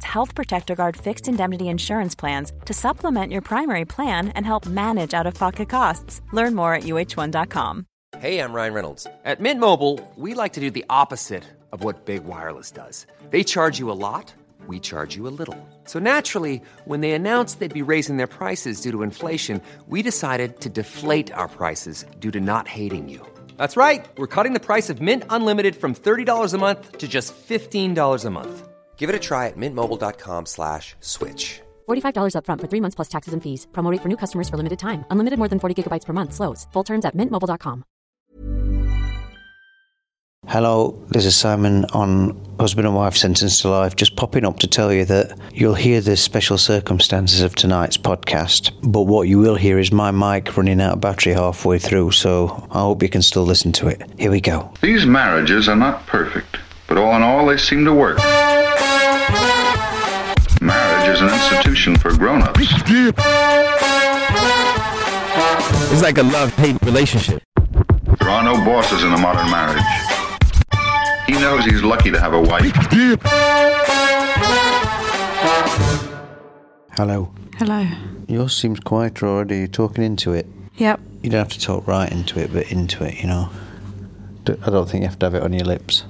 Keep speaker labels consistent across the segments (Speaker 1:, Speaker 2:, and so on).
Speaker 1: Health Protector Guard fixed indemnity insurance plans to supplement your primary plan and help manage out of pocket costs. Learn more at uh1.com.
Speaker 2: Hey, I'm Ryan Reynolds. At Mint Mobile, we like to do the opposite of what Big Wireless does. They charge you a lot, we charge you a little. So naturally, when they announced they'd be raising their prices due to inflation, we decided to deflate our prices due to not hating you. That's right. We're cutting the price of Mint Unlimited from $30 a month to just $15 a month. Give it a try at mintmobile.com slash switch.
Speaker 3: $45 upfront for three months plus taxes and fees. Promo rate for new customers for limited time. Unlimited more than 40 gigabytes per month. Slows. Full terms at mintmobile.com.
Speaker 4: Hello, this is Simon on Husband and Wife Sentenced to Life. Just popping up to tell you that you'll hear the special circumstances of tonight's podcast, but what you will hear is my mic running out of battery halfway through, so I hope you can still listen to it. Here we go.
Speaker 5: These marriages are not perfect, but all in all, they seem to work. Marriage is an institution for grown ups.
Speaker 6: It's like a love hate relationship.
Speaker 5: There are no bosses in a modern marriage. He knows he's lucky to have a wife.
Speaker 4: Hello.
Speaker 7: Hello.
Speaker 4: Yours seems quieter already. You're talking into it.
Speaker 7: Yep.
Speaker 4: You don't have to talk right into it, but into it, you know. D- I don't think you have to have it on your lips.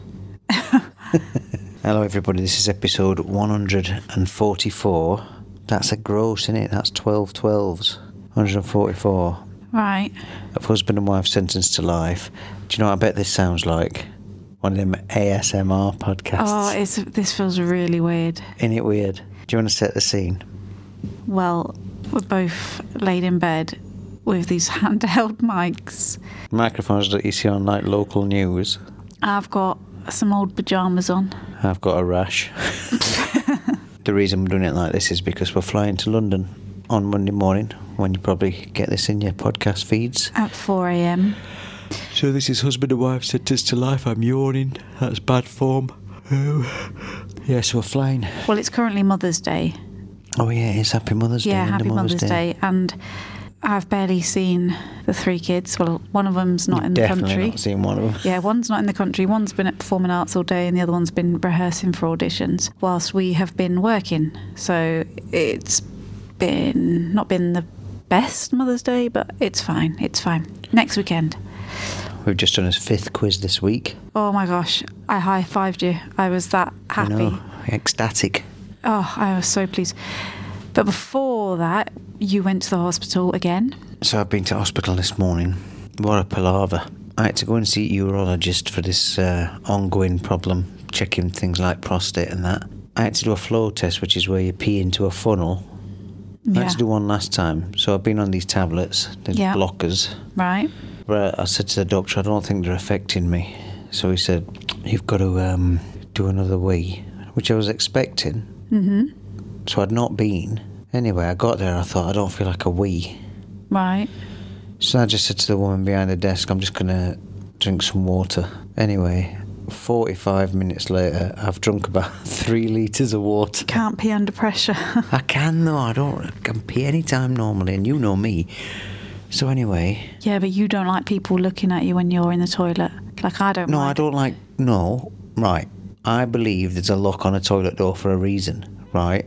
Speaker 4: Hello, everybody. This is episode 144. That's a gross, is it? That's 12 12s. 144
Speaker 7: Right.
Speaker 4: of husband and wife sentenced to life. Do you know what I bet this sounds like? One of them ASMR podcasts.
Speaker 7: Oh, it's this feels really weird.
Speaker 4: Isn't it weird? Do you want to set the scene?
Speaker 7: Well, we're both laid in bed with these handheld mics.
Speaker 4: Microphones that you see on like local news.
Speaker 7: I've got some old pajamas on.
Speaker 4: I've got a rash. the reason we're doing it like this is because we're flying to London on Monday morning when you probably get this in your podcast feeds.
Speaker 7: At 4 a.m.
Speaker 8: So this is husband and wife sentenced to life. I'm yawning. That's bad form.
Speaker 4: Yeah, so we're flying.
Speaker 7: Well, it's currently Mother's Day.
Speaker 4: Oh, yeah, it's Happy Mother's Day.
Speaker 7: yeah,
Speaker 4: and
Speaker 7: happy Mother's, Day. And I've barely seen the three kids. Well, one of them's not in the
Speaker 4: Definitely
Speaker 7: country.
Speaker 4: not seen one of them.
Speaker 7: Yeah, one's not in the country. One's been at performing arts all day, and the other one's been rehearsing for auditions whilst we have been working. So it's been not been the best Mother's Day, but it's fine. It's fine. Next weekend.
Speaker 4: We've just done his fifth quiz this week.
Speaker 7: Oh my gosh, I high fived you. I was that happy.
Speaker 4: No, ecstatic.
Speaker 7: Oh, I was so pleased. But before that, you went to the hospital again.
Speaker 4: So I've been to hospital this morning. What a palaver. I had to go and see a urologist for this uh, ongoing problem, checking things like prostate and that. I had to do a flow test, which is where you pee into a funnel. I
Speaker 7: Yeah.
Speaker 4: had to do one last time. So I've been on these tablets, these
Speaker 7: Yeah.
Speaker 4: blockers.
Speaker 7: Right.
Speaker 4: But I said to the doctor, I don't think they're affecting me. So he said, You've got to um, do another wee, which I was expecting. Mm-hmm. So I'd not been. Anyway, I got there, I thought, I don't feel like a wee.
Speaker 7: Right.
Speaker 4: So I just said to the woman behind the desk, I'm just going to drink some water. Anyway, 45 minutes later, I've drunk about three litres of water.
Speaker 7: Can't pee under pressure.
Speaker 4: I can, though. I don't I can pee any time normally, and you know me. So anyway,
Speaker 7: yeah, but you don't like people looking at you when you're in the toilet. Like I don't.
Speaker 4: no,
Speaker 7: mind
Speaker 4: I don't like. No, right. I believe there's a lock on a toilet door for a reason, right?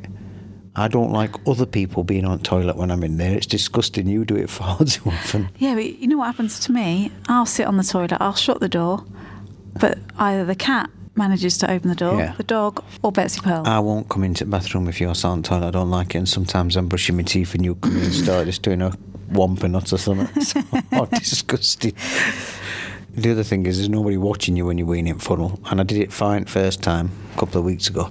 Speaker 4: I don't like other people being on toilet when I'm in there. It's disgusting. You do it far too often.
Speaker 7: Yeah, but you know what happens to me? I'll sit on the toilet, I'll shut the door, but either the cat manages to open the door,
Speaker 4: Yeah. Ah.
Speaker 7: the dog, or Betsy Pearl.
Speaker 4: I won't come into the bathroom if you're silent toilet. I don't like it. And sometimes I'm brushing my teeth and you come in and start just doing a wampanoag or something. So I'm disgusted. The other thing is, there's nobody watching you when you're weaning funnel, and I did it fine first time a couple of weeks ago.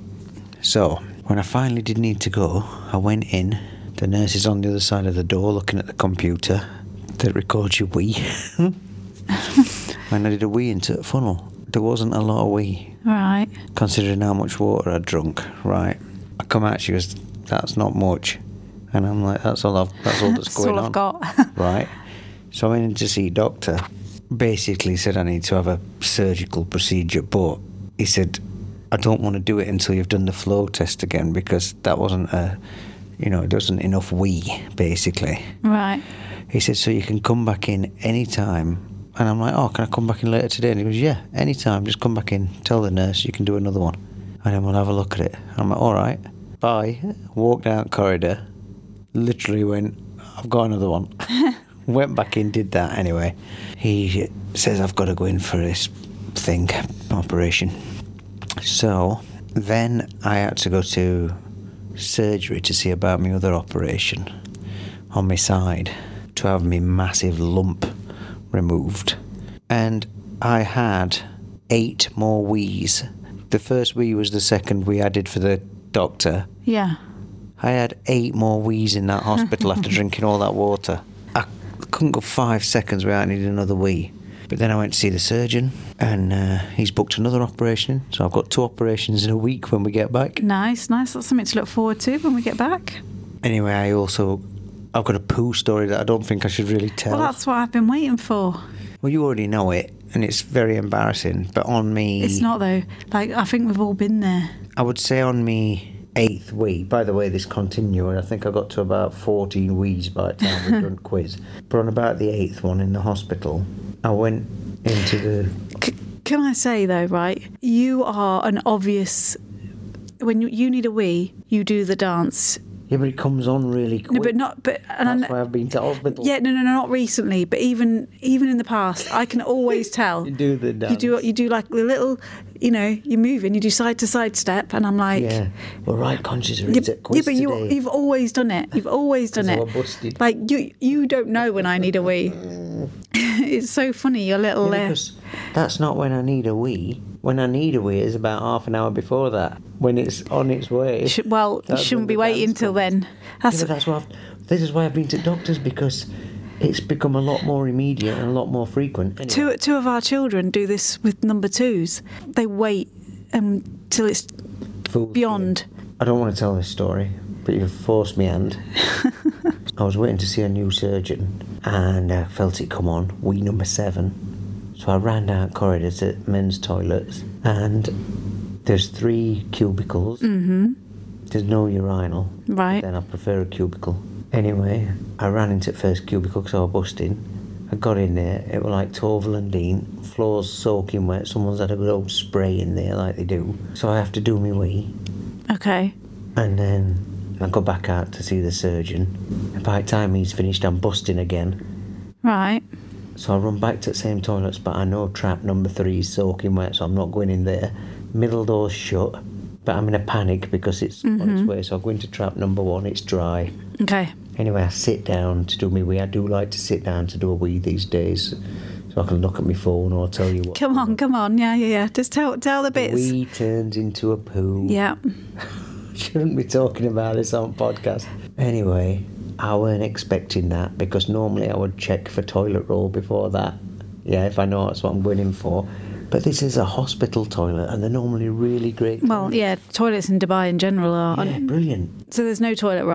Speaker 4: So when I finally did need to go, I went in. The nurse is on the other side of the door looking at the computer that records your wee. when I did a wee into the funnel, there wasn't a lot of wee
Speaker 7: Right.
Speaker 4: considering how much water I drunk, right? I come out, she goes, "That's not much," and I'm like, "That's all I've. That's all that's
Speaker 7: That's
Speaker 4: going
Speaker 7: all I've
Speaker 4: on,
Speaker 7: got.
Speaker 4: right?" So I went in to see doctor. Basically, said I need to have a surgical procedure, but he said, "I don't want to do it until you've done the flow test again because that wasn't a, you know, it wasn't enough wee, basically."
Speaker 7: Right.
Speaker 4: He said, so you can come back in any time. And I'm like, oh, can I come back in later today? And he goes, yeah, any time. Just come back in. Tell the nurse you can do another one. And then we'll have a look at it. And I'm like, all right. Bye. Walked down the corridor. Literally went, I've got another one. went back in, did that anyway. He says, I've got to go in for this thing, operation. So then I had to go to surgery to see about my other operation on my side to have my massive lump removed. And I had eight more wees. The first wee was the second wee I did for the doctor.
Speaker 7: Yeah.
Speaker 4: I had eight more wheeze in that hospital after drinking all that water. I couldn't go five seconds without needing another wee. But then I went to see the surgeon, and uh, he's booked another operation. So I've got two operations in a week when we get back.
Speaker 7: Nice, nice. That's something to look forward to when we get back.
Speaker 4: Anyway, I also I've got a poo story that I don't think I should really tell.
Speaker 7: Well, that's what I've been waiting for.
Speaker 4: Well, you already know it, and it's very embarrassing. But on me,
Speaker 7: It's not though. Like I think we've all been there.
Speaker 4: I would say on me eighth wee. By the way, this continued. I think I got to about fourteen wees by the time we done quiz. But on about the eighth one in the hospital, I went into the.
Speaker 7: C- can I say though, right? You are an obvious. When you, you need a wee, you do the dance.
Speaker 4: Yeah, but it comes on really quick.
Speaker 7: No, but not. But and I
Speaker 4: That's
Speaker 7: kn-
Speaker 4: why I've been to hospital.
Speaker 7: Yeah, no, no, no, not recently, but even even in the past, I can always tell.
Speaker 4: You do the
Speaker 7: You do
Speaker 4: dance.
Speaker 7: you do like the little, you know, you're moving, you do side to side step, and I'm like,
Speaker 4: Yeah. Well, right, conscious are
Speaker 7: Yeah,
Speaker 4: it's at
Speaker 7: yeah,
Speaker 4: quiz
Speaker 7: but you,
Speaker 4: today.
Speaker 7: you've always done it. You've always done
Speaker 4: 'Cause I
Speaker 7: it.
Speaker 4: was busted. Mm.
Speaker 7: Like you, you don't know when I need a wee. it's so funny. Your little.
Speaker 4: Yeah,
Speaker 7: uh,
Speaker 4: because that's not when I need a wee. When I need a wee is about half an hour before that. When it's on its way.
Speaker 7: sh- well, you
Speaker 4: That's when
Speaker 7: shouldn't be
Speaker 4: the
Speaker 7: waiting
Speaker 4: dance
Speaker 7: till
Speaker 4: comes.
Speaker 7: then. That's
Speaker 4: Yeah, but that's why I've, this is why I've been to doctors because it's become a lot more immediate and a lot more frequent. Anyway,
Speaker 7: two. Two of our children do this with number twos. They wait until it's
Speaker 4: fool's game.
Speaker 7: beyond.
Speaker 4: I don't want to tell this story, but you've forced me hand. I was waiting to see a new surgeon and I felt it come on, wee number seven. So I ran down the corridor to men's toilets and there's three cubicles. Mm-hmm. There's no urinal.
Speaker 7: Right.
Speaker 4: Then I prefer a cubicle. Anyway, I ran into the first cubicle because I was busting. I got in there, it was like Torval and Dean, floors soaking wet, someone's had a good old spray in there like they do. So I have to do me wee.
Speaker 7: Okay.
Speaker 4: And then I go back out to see the surgeon. And by the time he's finished, I'm busting again.
Speaker 7: Right.
Speaker 4: So I run back to the same toilets, but I know trap number three is soaking wet, so I'm not going in there. Middle door's shut, but I'm in a panic because it's on its way. So I go into trap number one, it's dry.
Speaker 7: Okay.
Speaker 4: Anyway, I sit down to do my wee. I do like to sit down to do a wee these days, so I can look at my phone or tell you what.
Speaker 7: Come on. Come on. Yeah. Yeah. Yeah. Just tell tell the bits.
Speaker 4: Wee turns into a poo.
Speaker 7: Yeah.
Speaker 4: shouldn't be talking about this on podcast. Anyway, I weren't expecting that because normally I would check for toilet roll before that. Yeah, if I know that's what I'm going in for. But this is a hospital toilet and they're normally really great.
Speaker 7: Well, yeah. Toilets in Dubai in general are
Speaker 4: Yeah, brilliant.
Speaker 7: so there's no toilet roll.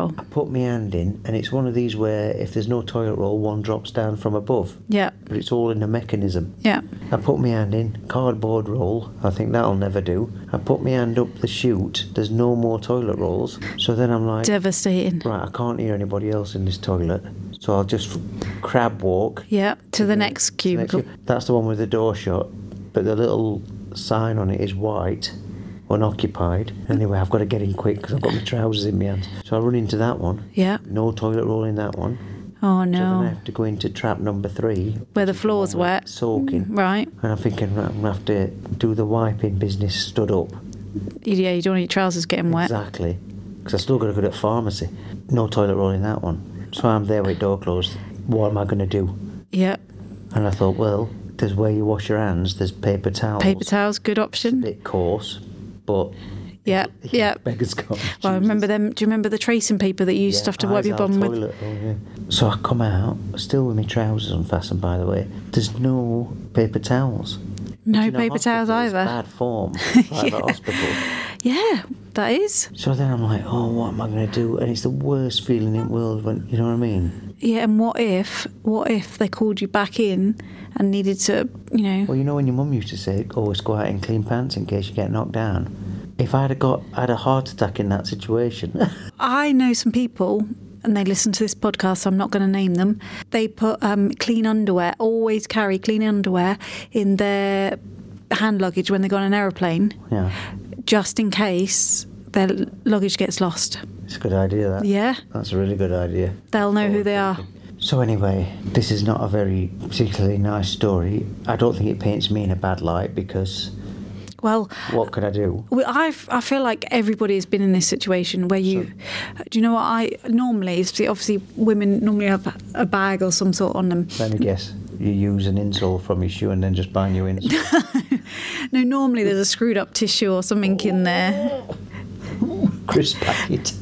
Speaker 4: I put my hand in, and it's one of these where if there's no toilet roll, one drops down from above.
Speaker 7: Yeah.
Speaker 4: But it's all in a mechanism.
Speaker 7: Yeah.
Speaker 4: I put my hand in, cardboard roll. I think that'll never do. I put my hand up the chute. There's no more toilet rolls. So then I'm like,
Speaker 7: Devastating.
Speaker 4: right, I can't hear anybody else in this toilet. So I'll just f- crab walk.
Speaker 7: Yeah. To the next
Speaker 4: Next
Speaker 7: cubicle.
Speaker 4: year. That's the one with the door shut, but the little sign on it is white, unoccupied. Anyway, I've got to get in quick because I've got my trousers in my hands. So I run into that one.
Speaker 7: Yeah.
Speaker 4: No toilet roll in that one.
Speaker 7: Oh
Speaker 4: So then I
Speaker 7: no.
Speaker 4: have to go into trap number three,
Speaker 7: Where the floor's wet.
Speaker 4: soaking.
Speaker 7: Right.
Speaker 4: And I'm thinking, right, I'm going to have to do the wiping business stood up.
Speaker 7: Yeah, you don't want your trousers getting wet.
Speaker 4: Exactly. Because I still got to go to pharmacy. No toilet roll in that one. So I'm there with door closed. What am I going to do?
Speaker 7: Yeah.
Speaker 4: And I thought, well, there's where you wash your hands, there's paper towels.
Speaker 7: Paper towels, good option.
Speaker 4: bit coarse, but
Speaker 7: Yeah. Yeah.
Speaker 4: beggar's got.
Speaker 7: Well, I remember them. Do you remember the tracing paper that you used to have to wipe your bum with?
Speaker 4: So I come out, still with my trousers unfastened, by the way. There's no paper towels.
Speaker 7: No
Speaker 4: You know,
Speaker 7: paper towels
Speaker 4: hospital is
Speaker 7: either.
Speaker 4: Bad form. Private hospital.
Speaker 7: Yeah, that is.
Speaker 4: So then I'm like, oh, what am I going to do? And it's the worst feeling in the world when, you know what I mean?
Speaker 7: Yeah, and what if? What if they called you back in and needed to, you know?
Speaker 4: Well, you know when your mum used to say, always go out in clean pants in case you get knocked down? If I'd have got, had a heart attack in that situation.
Speaker 7: I know some people. And they listen to this podcast, so I'm not going to name them. They put um, clean underwear, always carry clean underwear in their hand luggage when they go on an aeroplane,
Speaker 4: yeah,
Speaker 7: just in case their luggage gets lost.
Speaker 4: it's a good idea, that.
Speaker 7: Yeah,
Speaker 4: That's a really good idea.
Speaker 7: they'll know who they are.
Speaker 4: So anyway, this is not a very particularly nice story. I don't think it paints me in a bad light because
Speaker 7: Well,
Speaker 4: what could I do?
Speaker 7: Well, I've, I feel like everybody has been in this situation where you, do you know what I normally? it's the- Obviously, women normally have a bag or some sort on them.
Speaker 4: Let me guess. You use an insole from your shoe and then just buy a new insole.
Speaker 7: No, normally there's a screwed up tissue or something in there,
Speaker 4: Crisp packet.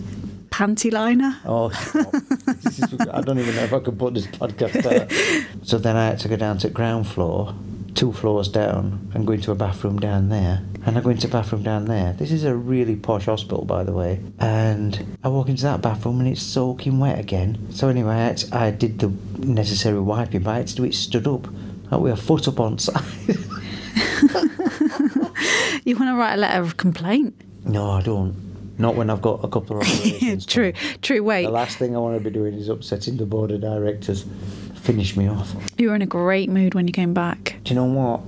Speaker 7: panty liner.
Speaker 4: Oh, stop. This is- I don't even know if I could put this podcast out. So then I had to go down to ground floor, two floors down, and go into a bathroom down there. And I go into a bathroom down there. This is a really posh hospital, by the way. And I walk into that bathroom and it's soaking wet again. So anyway, I, had to- I did the necessary wiping, but I had to do it stood up. Like with a foot up on side.
Speaker 7: You want to write a letter of complaint?
Speaker 4: no, I don't. Not when I've got a couple of operations.
Speaker 7: true, true. Wait,
Speaker 4: The last thing I want to be doing is upsetting the board of directors. Finish me off.
Speaker 7: you were in a great mood when you came back.
Speaker 4: Do you know what?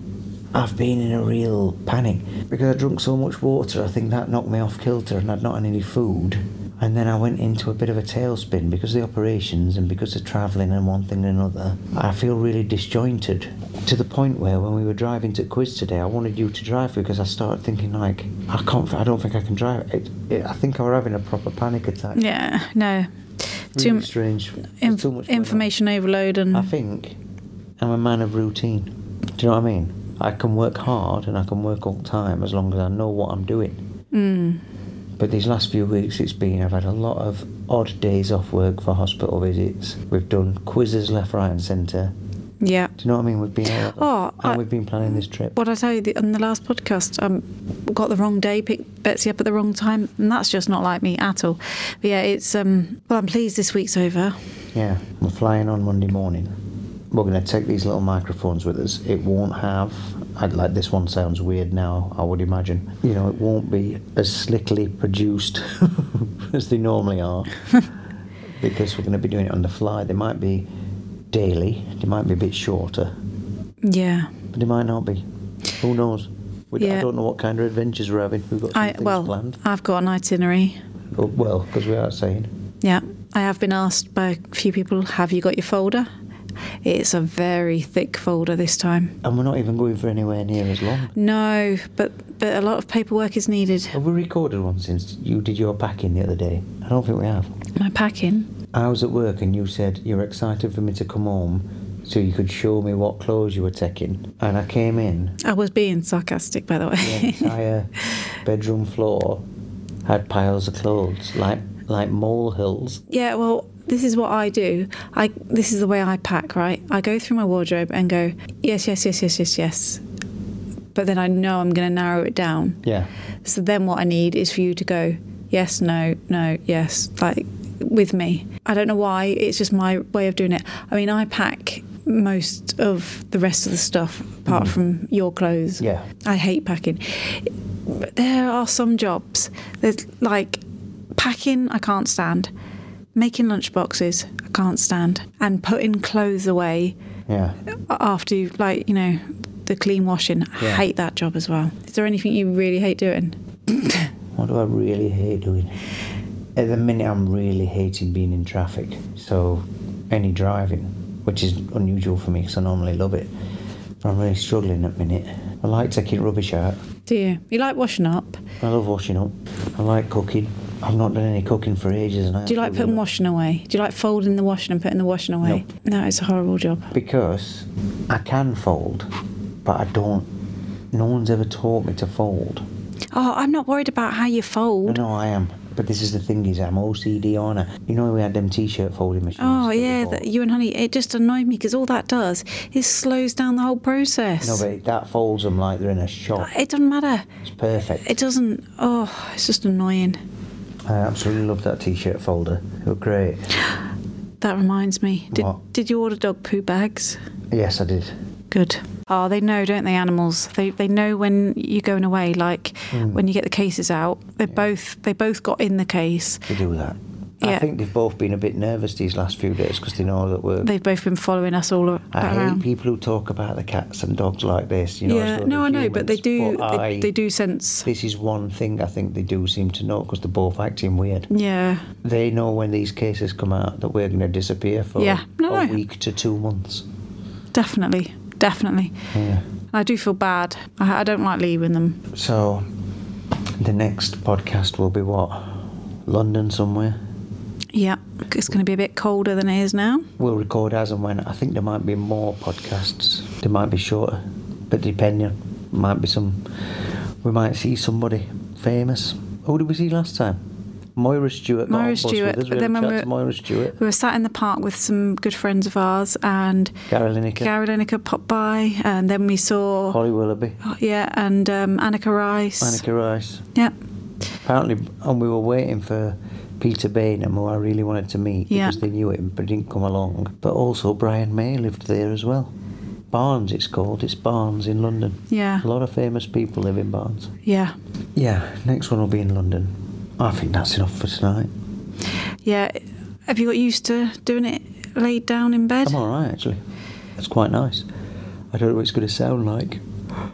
Speaker 4: I've been in a real panic because I drunk so much water. I think that knocked me off kilter, and I'd not had any food. And then I went into a bit of a tailspin because of the operations and because of travelling and one thing and another. I feel really disjointed to the point where when we were driving to quiz today, I wanted you to drive because I started thinking like I can't. I don't think I can drive. It, it, I think I were having a proper panic attack.
Speaker 7: Yeah, no. Too
Speaker 4: really
Speaker 7: m-
Speaker 4: strange. There's
Speaker 7: inf-
Speaker 4: too much going on.
Speaker 7: information overload and
Speaker 4: I think I'm a man of routine. Do you know what I mean? I can work hard and I can work all the time as long as I know what I'm doing. Mm. But these last few weeks, it's been I've had a lot of odd days off work for hospital visits. We've done quizzes left, right, and centre.
Speaker 7: yeah.
Speaker 4: Do you know what I mean? We've been all over.
Speaker 7: Oh,
Speaker 4: and
Speaker 7: I-
Speaker 4: we've been planning this trip.
Speaker 7: What I tell you the, on the last podcast, um, got the wrong day, picked Betsy up at the wrong time, and that's just not like me at all. But yeah, it's um. Well, I'm pleased this week's over.
Speaker 4: Yeah, we're flying on Monday morning. We're going to take these little microphones with us. It won't have, I'd like this one sounds weird now, I would imagine. You know, it won't be as slickly produced as they normally are because we're going to be doing it on the fly. They might be daily, they might be a bit shorter,
Speaker 7: Yeah,
Speaker 4: but they might not be. Who knows? We, I
Speaker 7: Yeah.
Speaker 4: don't know what kind of adventures we're having. We've got some
Speaker 7: I
Speaker 4: things
Speaker 7: well,
Speaker 4: planned.
Speaker 7: I've got an itinerary.
Speaker 4: Oh, Well, because we are saying.
Speaker 7: Yeah, I have been asked by a few people, have you got your folder? It's a very thick folder this time.
Speaker 4: And we're not even going for anywhere near as long.
Speaker 7: No, but but a lot of paperwork is needed.
Speaker 4: Have we recorded one since you did your packing the other day? I don't think we have.
Speaker 7: My packing.
Speaker 4: I was at work and you said you're excited for me to come home, so you could show me what clothes you were taking. And I came in.
Speaker 7: I was being sarcastic, by the
Speaker 4: The
Speaker 7: way.
Speaker 4: entire bedroom floor had piles of clothes, like like mole hills.
Speaker 7: Yeah, well, this is what I do. I this is the way I pack, right? I go through my wardrobe and go, yes, yes, yes, yes, yes, yes. But then I know I'm going to narrow it down.
Speaker 4: Yeah.
Speaker 7: So then what I need is for you to go, yes, no, no, yes, like with me. I don't know why, it's just my way of doing it. I mean, I pack most of the rest of the stuff apart from your clothes.
Speaker 4: Mm. Yeah.
Speaker 7: I hate packing. But there are some jobs. There's like packing, I can't stand. Making lunch boxes, I can't stand. And putting clothes away
Speaker 4: Yeah.
Speaker 7: after you like you know the clean washing I
Speaker 4: Yeah.
Speaker 7: hate that job as well is there anything you really hate doing
Speaker 4: What do I really hate doing? At the minute, I'm really hating being in traffic. So, any driving, which is unusual for me because I normally love it. But I'm really struggling at the minute. I like taking rubbish out.
Speaker 7: do you you like washing up
Speaker 4: I love washing up. I like cooking. I've not done any cooking for ages. And I
Speaker 7: do you like
Speaker 4: actually
Speaker 7: putting
Speaker 4: love
Speaker 7: washing away do you like folding the washing and putting the washing away no it's a horrible job
Speaker 4: it. Because I can fold, but I don't. No one's ever taught me to fold.
Speaker 7: oh I'm not worried about how
Speaker 4: No,
Speaker 7: you fold
Speaker 4: no, I am. But this is the thing is, I'm OCD on it. You know, we had them t-shirt folding machines.
Speaker 7: oh
Speaker 4: that we
Speaker 7: yeah
Speaker 4: bought.
Speaker 7: that you and honey it just annoyed me because all that does is slows down the whole process
Speaker 4: No, but that folds them like they're in a shop.
Speaker 7: it doesn't matter
Speaker 4: It's perfect.
Speaker 7: it doesn't oh it's just annoying
Speaker 4: I absolutely love that T-shirt folder. They were great.
Speaker 7: that reminds me did,
Speaker 4: What?
Speaker 7: did you order dog poo bags
Speaker 4: Yes, I did.
Speaker 7: Good. Oh, they know, don't they? Animals. They they know when you're going away. Like
Speaker 4: Hmm.
Speaker 7: when you get the cases out, they both they both got in the case.
Speaker 4: They do that. I
Speaker 7: Yeah.
Speaker 4: think they've both been a bit nervous these last few days because they know that we're.
Speaker 7: They've both been following us all a-
Speaker 4: I hate
Speaker 7: around.
Speaker 4: people who talk about the cats and dogs like this. You know, as
Speaker 7: um, yeah.
Speaker 4: though
Speaker 7: No,
Speaker 4: they're
Speaker 7: I know, but they
Speaker 4: humans,
Speaker 7: do
Speaker 4: but I-
Speaker 7: they, they do sense.
Speaker 4: This is one thing I think they do seem to know because they're both acting weird.
Speaker 7: Yeah.
Speaker 4: They know when these cases come out that we're going to disappear for
Speaker 7: Yeah. No,
Speaker 4: a
Speaker 7: no.
Speaker 4: week to two months.
Speaker 7: Definitely. Definitely.
Speaker 4: Yeah.
Speaker 7: I do feel bad. I, I don't like leaving them.
Speaker 4: So, the next podcast will be what? London somewhere.
Speaker 7: Yeah. It's going to be a bit colder than it is now.
Speaker 4: We'll record as and when. I think there might be more podcasts. There might be shorter, but depending, might be some. We might see somebody famous. Who did we see last time? Moira Stewart. got on
Speaker 7: Moira
Speaker 4: bus with
Speaker 7: Stewart,
Speaker 4: us. We had
Speaker 7: but
Speaker 4: a
Speaker 7: then when
Speaker 4: chat
Speaker 7: we-
Speaker 4: to Moira Stewart.
Speaker 7: We were sat in the park with some good friends of ours, and
Speaker 4: Gary Lineker.
Speaker 7: Gary Lineker popped by, and then we saw.
Speaker 4: Holly Willoughby.
Speaker 7: Yeah, and um, Annika Rice.
Speaker 4: Annika Rice.
Speaker 7: Yeah,
Speaker 4: Apparently, and we were waiting for Peter Bainham, who I really wanted to meet
Speaker 7: Yeah.
Speaker 4: because they knew him, but he didn't come along. But also, Brian May lived there as well. Barnes, it's called. It's Barnes in London.
Speaker 7: Yeah.
Speaker 4: A lot of famous people live in Barnes.
Speaker 7: yeah,
Speaker 4: Yeah, next one will be in London. I think that's enough for tonight.
Speaker 7: yeah. Have you got used to doing it laid down in bed?
Speaker 4: I'm all right, actually. That's quite nice. I don't know what it's going to sound like.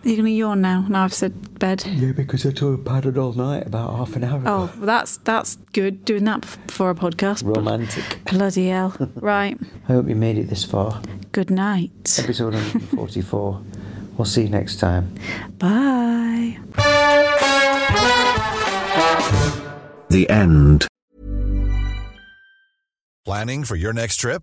Speaker 7: You're gonna yawn now. Now I've said bed.
Speaker 4: Yeah, because I talked padded all night, about half an hour
Speaker 7: Oh, well, that's that's good. Doing that bef- before a podcast.
Speaker 4: Romantic.
Speaker 7: Bloody hell. Right.
Speaker 4: I hope you made it this far.
Speaker 7: Good night.
Speaker 4: Episode 144. we'll see you next time.
Speaker 7: Bye.
Speaker 6: The end.
Speaker 9: Planning for your next trip?